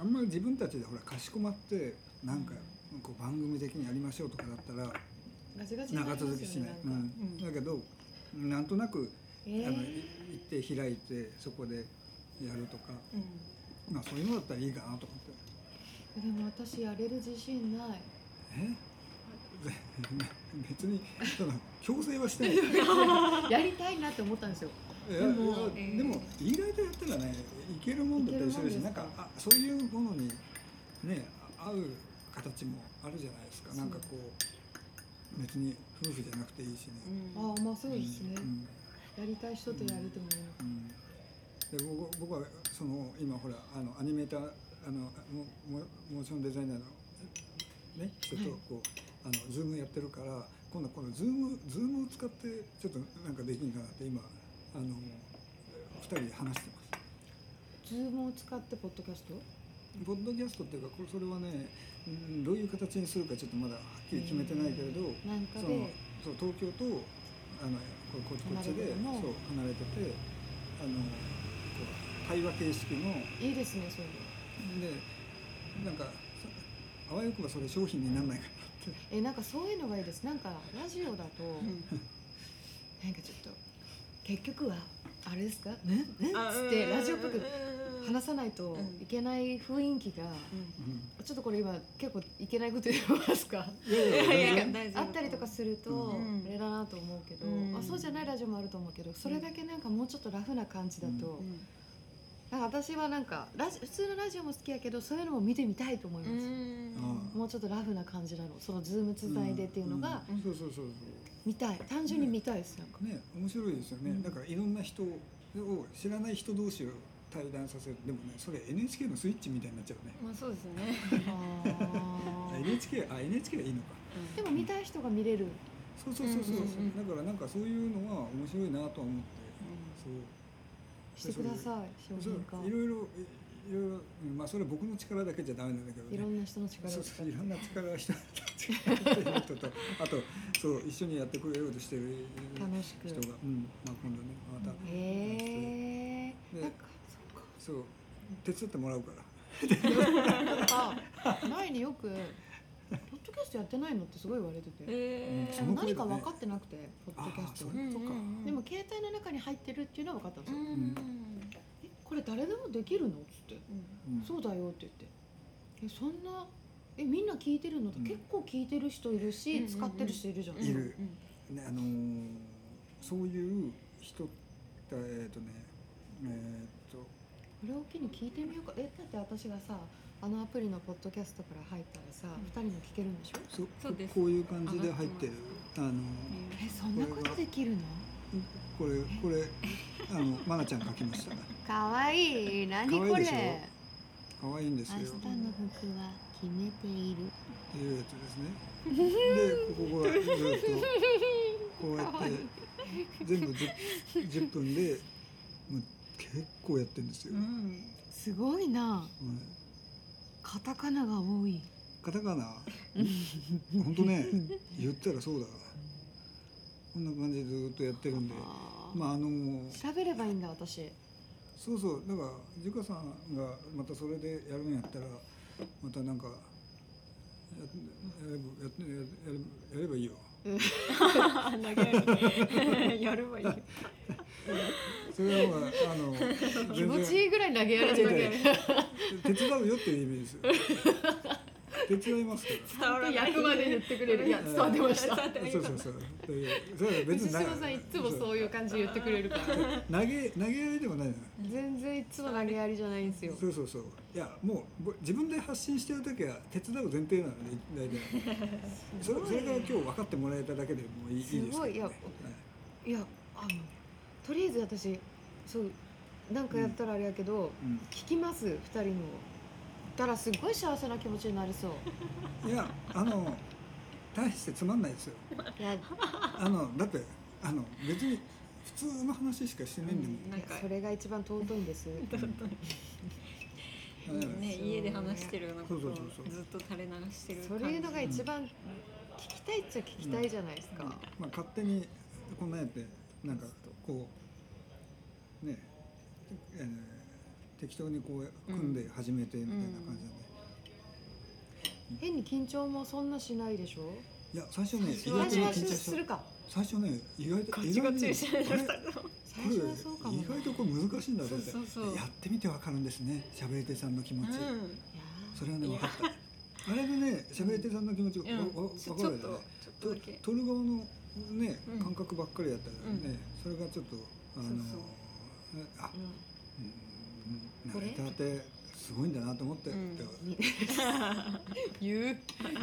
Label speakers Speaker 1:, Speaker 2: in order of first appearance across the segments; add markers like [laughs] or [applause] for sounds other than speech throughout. Speaker 1: あんまり自分たちでほらかしこまってなんかこう番組的にやりましょうとかだったら
Speaker 2: ガチガチにな
Speaker 1: 長
Speaker 2: りますよ
Speaker 1: 続きしない、
Speaker 2: ね
Speaker 1: うん
Speaker 2: なんかうん
Speaker 1: だけどなんとなく、
Speaker 2: え
Speaker 1: あの
Speaker 2: ー
Speaker 1: い行って開いてそこでやるとか、
Speaker 2: うん
Speaker 1: まあ、そういうのだったらいいかなと思って
Speaker 2: でも私やれる自信ない
Speaker 1: え [laughs] 別にその強制はしてないい
Speaker 2: やりたいなって思ったんですよ
Speaker 1: や
Speaker 2: でも
Speaker 1: いやでも意外とやったらねいけるもんだったりするし
Speaker 2: いけるもんですか
Speaker 1: なんかあそういうものにねあ合う形もあるじゃないですか
Speaker 2: そう
Speaker 1: なんかこう別に夫婦じゃなくていいしね、
Speaker 2: ああまあそうですね、
Speaker 1: ん
Speaker 2: やりたい人とやりたいも
Speaker 1: うんで僕僕はその今ほらあのアニメーターあのモモモーションデザイナーの、ね、人とこう、あのズームやってるから今度このズームズームを使ってちょっとなんかできんかなって今あの二人で話してます。
Speaker 2: ズームを使ってポッドキャスト
Speaker 1: ポッドキャストっていうかこれそれはね、うん、どういう形にするかちょっとまだはっきり決めてないけれど、
Speaker 2: なんか
Speaker 1: その
Speaker 2: で
Speaker 1: そう東京とあのこここっち
Speaker 2: 離れ
Speaker 1: で
Speaker 2: て
Speaker 1: そう
Speaker 2: るの
Speaker 1: 離れててあのこう対話形式の
Speaker 2: いいですねそういう
Speaker 1: でなんかそあわよくばそれ商品にならないかなって
Speaker 2: えなんかそういうのがいいですなんかラジオだと、なんかちょっと結局はあれですか「ねねっつってラジオっぽく話さないといけない雰囲気が、 [laughs]
Speaker 1: うん
Speaker 2: ちょっとこれ今結構いけないこと言ってますか
Speaker 1: いやいやいや
Speaker 3: い
Speaker 1: 全
Speaker 3: や
Speaker 1: 然
Speaker 3: 大丈夫
Speaker 2: あったりとかすると、
Speaker 3: うん
Speaker 2: あれだなと思うけど、
Speaker 3: うん
Speaker 2: あそうじゃないラジオもあると思うけどそれだけなんかもうちょっとラフな感じだと、
Speaker 3: うん
Speaker 2: なんか私はなんかラジ普通のラジオも好きやけどそういうのも見てみたいと思います、
Speaker 1: あ
Speaker 2: もうちょっとラフな感じなのそのズームつないでっていうのが
Speaker 1: うんそうそうそうそ
Speaker 2: 見たい単純に見たいですなんか
Speaker 1: うね面白いですよね、
Speaker 2: うん
Speaker 1: だからいろんな人を知らない人同士を対談させるでもねそれ NHK のスイッチみたいになっちゃうね
Speaker 3: まあそうですね。
Speaker 2: あ
Speaker 1: あ
Speaker 2: ー
Speaker 1: NHK あ NHK でいいのか
Speaker 2: [laughs] でも見たい人が見れる
Speaker 1: そうそうそうそう,、
Speaker 3: うんうんうん
Speaker 1: だからなんかそういうのは面白いなとは思って、
Speaker 2: してください商
Speaker 1: そうそう
Speaker 2: 品化
Speaker 1: いろいろいろいろ、うんまあそれは僕の力だけじゃダメなんだけど
Speaker 2: いろ
Speaker 1: ね
Speaker 2: んな人の力を
Speaker 1: そう
Speaker 2: 使
Speaker 1: そ
Speaker 2: っ
Speaker 1: うい
Speaker 2: て
Speaker 1: ろんな力を人たちがやってる人
Speaker 2: [laughs]
Speaker 1: とあとそう一緒にやってくれようとしてる
Speaker 2: 楽しく
Speaker 1: 人が、うんまあ、今度ねまた、
Speaker 2: へえ
Speaker 1: で
Speaker 2: なんかそうか
Speaker 1: そう手伝ってもらうから
Speaker 2: なんか前によく「ポッドキャストやってないの?」ってすごい言われてて、
Speaker 3: え
Speaker 1: うん
Speaker 2: で
Speaker 1: そ
Speaker 2: も
Speaker 1: の声
Speaker 2: 何
Speaker 1: だ
Speaker 2: か
Speaker 1: ね
Speaker 2: 分かってなくてポッドキャスト
Speaker 1: あーそれ
Speaker 3: うん
Speaker 2: でも携帯の中に入ってるっていうのは分かったんです
Speaker 3: う
Speaker 2: よ「
Speaker 3: ん
Speaker 2: えこれ誰でもできるの?」っつって
Speaker 1: うん
Speaker 2: 「そうだよ」って言って「えそんなえみんな聞いてるの?」って
Speaker 1: うん
Speaker 2: 結構聞いてる人いるし、
Speaker 3: うんうんうん
Speaker 2: 使ってる人いるじゃない
Speaker 1: い
Speaker 2: ですか、
Speaker 1: るねあのーそういう人ってえっとねえーっと
Speaker 2: これを機に聞いてみようかえだって私がさあのアプリのポッドキャストから入ったらさ、
Speaker 3: うん
Speaker 2: 二人も聞けるんでしょ
Speaker 1: そ
Speaker 3: そうです
Speaker 1: こういう感じで入ってるあの
Speaker 2: えそんなことできるの
Speaker 1: これこれあのマナちゃん書きました
Speaker 2: かわいい何
Speaker 1: 可愛
Speaker 2: こ
Speaker 1: い
Speaker 2: れ
Speaker 1: でしょ可愛いんですよ
Speaker 2: 明日の服は決めている
Speaker 1: っていうやつですねでここがずっとこうや
Speaker 2: 可愛い
Speaker 1: って全部 10, 10分でもう結構やってるんですよ、
Speaker 3: うん。
Speaker 2: すごいな
Speaker 1: うん
Speaker 2: カタカナが多い
Speaker 1: カタカナ本当ね言ったらそうだこんな感じでずっとやってるんで
Speaker 2: あー
Speaker 1: まああの
Speaker 2: 調べればいいんだ私
Speaker 1: そうそうだからジカさんがまたそれでやるんやったらまたなんかややればやってやればやればいいよ
Speaker 3: あ長い。やればいい。
Speaker 1: それはまああの
Speaker 2: 気持
Speaker 1: 全
Speaker 2: ちい
Speaker 1: 然
Speaker 2: いぐらい投げやられてるけど
Speaker 1: 手伝うよっていう意味ですよ手伝いますか
Speaker 3: 伝わらない。
Speaker 2: 役まで言ってくれるいや伝わってました
Speaker 3: 伝わって
Speaker 1: ら
Speaker 3: ない
Speaker 1: そうそうそうだけどそれは別
Speaker 2: 藤
Speaker 1: にな
Speaker 2: 島さんいつも
Speaker 1: う
Speaker 2: そういう感じで言ってくれ
Speaker 1: [laughs]
Speaker 2: るから
Speaker 1: 投げ投げやりでもないのよ
Speaker 2: 全然いつも投げやりじゃないんですよ
Speaker 1: そうそうそういやもうぼ自分で発信してる時は手伝う前提なので大体それそれから今日分かってもらえただけでもういいいいですけどね
Speaker 2: すごいいや
Speaker 1: はい
Speaker 2: いやあのとりあえず私そうなんかやったらあれやけど、
Speaker 1: うん
Speaker 2: 聞きます二人のたらすごい幸せな気持ちになりそう
Speaker 1: いやあの大してつま [laughs] んないですよ
Speaker 2: いや
Speaker 1: あのだってあの別に普通の話しかしてないんでも
Speaker 3: なんか
Speaker 2: それが一番尊いんです
Speaker 1: ん、だから
Speaker 3: ね家で話してるようなことを
Speaker 1: そうそうそうそう
Speaker 3: ずっと垂れ流してる。
Speaker 2: そういうのが一番聞きたいっちゃ聞きたいじゃないですか、
Speaker 1: まあ、勝手にこんなんやってなんかこうねえー適当にこう組んで始めてみたいな感じなんで、
Speaker 2: 変に緊張もそんなしないでしょ
Speaker 1: いや最初ね意
Speaker 2: 最
Speaker 1: 外と
Speaker 2: 初
Speaker 1: ね
Speaker 2: は
Speaker 1: 緊張し
Speaker 2: す
Speaker 1: て
Speaker 2: るか
Speaker 1: 最初ね意外と
Speaker 3: ガ
Speaker 1: 意
Speaker 3: チ
Speaker 1: 外
Speaker 3: ガ
Speaker 1: と
Speaker 3: チ
Speaker 1: ね
Speaker 3: でしたね
Speaker 1: これ
Speaker 2: 最初はそうかも
Speaker 1: これ
Speaker 2: な
Speaker 1: 意外とこれ難しいんだと思って
Speaker 3: そうそうそう
Speaker 1: やってみてわかるんですね喋り手さんの気持ち、
Speaker 2: いや
Speaker 1: それはね
Speaker 3: い
Speaker 1: 分
Speaker 3: や
Speaker 1: かったあれでね喋り手さんの気持ちわ
Speaker 3: うんうん
Speaker 1: わわ
Speaker 3: ち
Speaker 1: 分
Speaker 3: ょ
Speaker 1: か
Speaker 3: ちょ
Speaker 1: るじゃな
Speaker 3: っと
Speaker 1: いと
Speaker 3: ちょっとだけ
Speaker 1: 取る側のね
Speaker 3: うん
Speaker 1: 感覚ばっかりだったからね、それがちょっとあの
Speaker 3: そう
Speaker 1: ねあ
Speaker 2: ー
Speaker 1: うん
Speaker 2: こ
Speaker 1: 成
Speaker 2: れ
Speaker 1: り立てすごいんだなと思って、
Speaker 3: うん
Speaker 1: で
Speaker 2: うんみ
Speaker 3: [laughs]
Speaker 2: 言う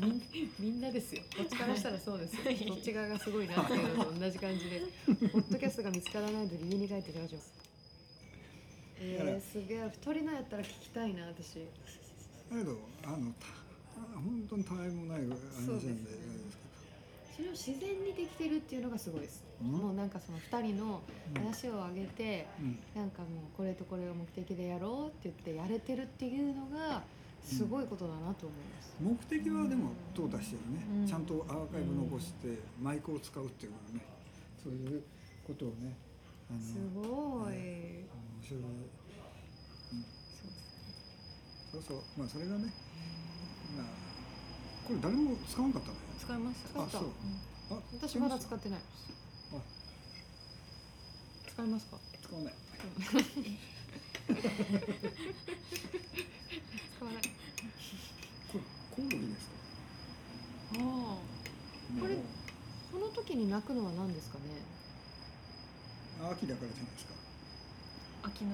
Speaker 2: みんみんなですよこっちからしたらそうです
Speaker 1: [laughs]
Speaker 2: よこっち側がすごいなっていうのと同じ感じでポッドキャストが見つからないので家に帰ってラジオえー、すげえ太りなんやったら聞きたいな私
Speaker 1: だけどあのた本当にたわいもない話な
Speaker 3: そうんです
Speaker 1: で
Speaker 3: ね
Speaker 2: それを自然にできてるっていうのがすごいです、
Speaker 1: うん
Speaker 2: もうなんかその2人の
Speaker 1: うん
Speaker 2: 話を上げて、
Speaker 1: うん
Speaker 2: なんかもうこれとこれを目的でやろうって言ってやれてるっていうのがすごいことだなと思います、
Speaker 1: 目的はでも淘汰してるね、
Speaker 3: うん
Speaker 1: ちゃんとアーカイブ残してマイクを使うっていうのはねそういうことをねあの
Speaker 2: す
Speaker 1: 面白
Speaker 2: ごい、
Speaker 1: い
Speaker 3: そうです
Speaker 1: そうそうまあそれがね、まあ、これ誰も使わなかったね
Speaker 3: 使いました
Speaker 2: 使
Speaker 1: あ
Speaker 2: った
Speaker 1: そうあ
Speaker 2: 私まだ使
Speaker 1: あ
Speaker 2: ってない使いますか
Speaker 1: 使わない
Speaker 2: 使わない
Speaker 1: これコオロギですか
Speaker 3: あ
Speaker 2: これ
Speaker 1: もう
Speaker 2: この時に泣くのは何ですかね
Speaker 1: 秋だからじゃないですか
Speaker 3: あ秋の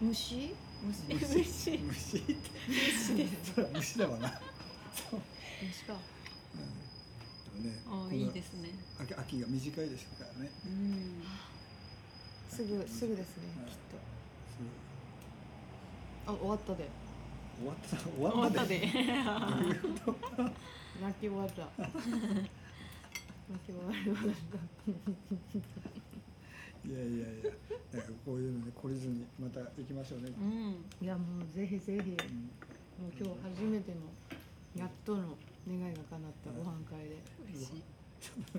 Speaker 3: 虫
Speaker 2: 虫
Speaker 3: 虫 [laughs] 虫
Speaker 1: 虫ってそれは虫だわなそう、
Speaker 2: 虫か
Speaker 1: うん、で
Speaker 3: あ
Speaker 1: も
Speaker 3: あ
Speaker 1: ね
Speaker 3: いいですね
Speaker 1: この秋秋が短いですからね
Speaker 3: うん
Speaker 2: すぐすぐですね
Speaker 1: はい
Speaker 2: きっ
Speaker 1: そう
Speaker 2: とあ終わったで
Speaker 1: 終わった終わ
Speaker 3: 終わっ
Speaker 1: った
Speaker 3: た
Speaker 1: で
Speaker 3: で
Speaker 1: どういうこと
Speaker 2: 泣き終わった泣き終わりました
Speaker 1: [laughs] いやいやいやだからこういうのね懲りずにまた行きましょうね、
Speaker 3: うん
Speaker 2: いやもうぜひぜひ
Speaker 1: うん
Speaker 2: もう今日初めてのやっとの願いが叶ったご飯会で
Speaker 3: 嬉しい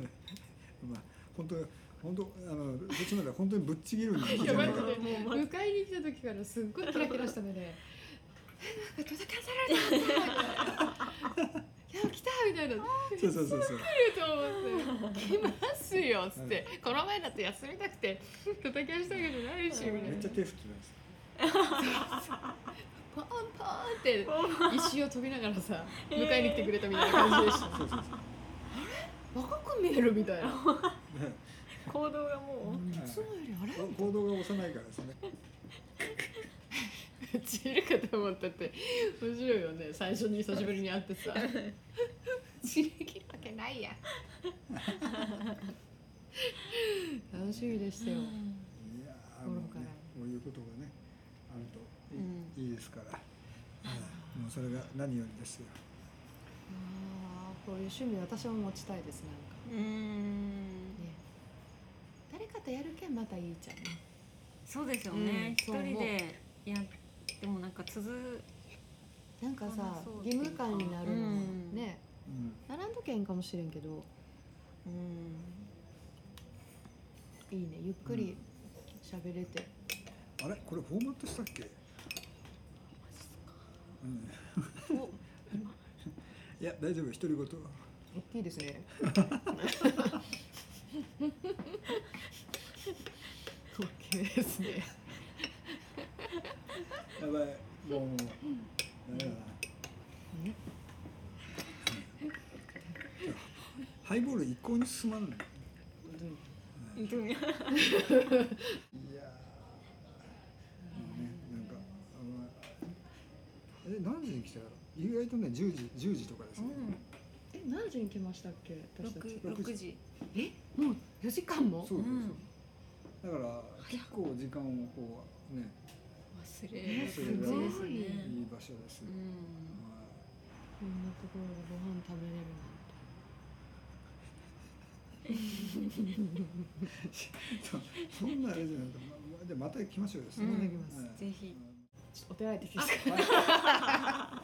Speaker 1: [laughs] まあ本当本当あのどっちまで本当にぶっちぎるんじゃ
Speaker 2: [laughs] や
Speaker 1: な
Speaker 2: ば
Speaker 1: いい
Speaker 2: こ
Speaker 1: か
Speaker 2: と
Speaker 3: もうま
Speaker 2: 迎えに来た時からすっごいキラキラした目で「えなんか届かされた!」いや来た!」みたいな「
Speaker 1: そうそうそうそう
Speaker 2: 来ると思って「来ますよ」っつって「この前だって休みたくて叩き出したわけじゃないし」みた
Speaker 1: めっ
Speaker 2: い
Speaker 1: ち
Speaker 2: な
Speaker 1: ゃ手振ってます
Speaker 2: パンパンって
Speaker 1: [laughs]
Speaker 2: 石を飛びながらさ迎えに来てくれたみたいな感じでした
Speaker 1: そうそうそう
Speaker 2: 若く見えるみたいな
Speaker 3: 行動がもう
Speaker 2: いつもよりあれ
Speaker 1: 行動が幼いからですね
Speaker 2: ちるかと思ったって面白いよね最初に久しぶりに会ってさちりきるわけないや楽しみでしたよ
Speaker 1: いやーもう
Speaker 2: 心から
Speaker 1: ねこういうことがねあるといい,、
Speaker 3: う
Speaker 1: ですから、はいもうそれが何よりですよ
Speaker 2: あーこういう趣味私も持ちたいですなんか
Speaker 3: うん
Speaker 2: ね誰かとやるけんまたいいじゃんね
Speaker 3: そうですよ
Speaker 2: うん
Speaker 3: ね一
Speaker 2: そう
Speaker 3: 人
Speaker 2: 思う
Speaker 3: でいやでもなんか続
Speaker 2: なんかさ
Speaker 3: 楽しそうってい
Speaker 2: 義
Speaker 3: うか
Speaker 2: 務感になるのも
Speaker 3: うん
Speaker 2: ね
Speaker 1: うん
Speaker 2: ならんとけんかもしれんけど
Speaker 3: うん
Speaker 2: いいねゆっくり喋れて、
Speaker 1: あれこれフォーマットしたっけ、うん、
Speaker 2: お
Speaker 1: [laughs] いや大丈夫独り言は
Speaker 2: 大きいですね。大きいですね。
Speaker 1: やばいもうもうダメだなハイボール一向に進まんないいやーもうねなんかあのえ何時に来たやろ意外とね10時10時とかですね、
Speaker 2: え、何時に来ましたっけ、私たち
Speaker 3: 六。六時
Speaker 2: え、もう四時間も
Speaker 1: そ。うそうそう、
Speaker 3: うん
Speaker 1: だから結構時間をこうね
Speaker 3: 忘
Speaker 2: え
Speaker 3: れ
Speaker 2: ー
Speaker 3: る
Speaker 1: す
Speaker 3: す
Speaker 1: ごい
Speaker 3: ですね
Speaker 1: いい場所です、
Speaker 3: うん
Speaker 1: ま
Speaker 2: こんなところでご飯食べれるな
Speaker 1: あそそんなあれじゃないと、ままじゃあまた来ましょうよ、
Speaker 3: うん
Speaker 2: また来ます
Speaker 1: はい
Speaker 3: ぜひ
Speaker 2: んて。お手洗いできますか。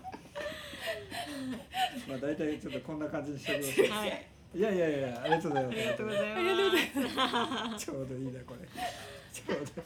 Speaker 1: [laughs] まあ大体ちょっとこんな感じにしてください
Speaker 3: はい
Speaker 1: いやいやいやありがとうございます
Speaker 3: ありがとうございます
Speaker 1: ちょうどいいなこれちょうど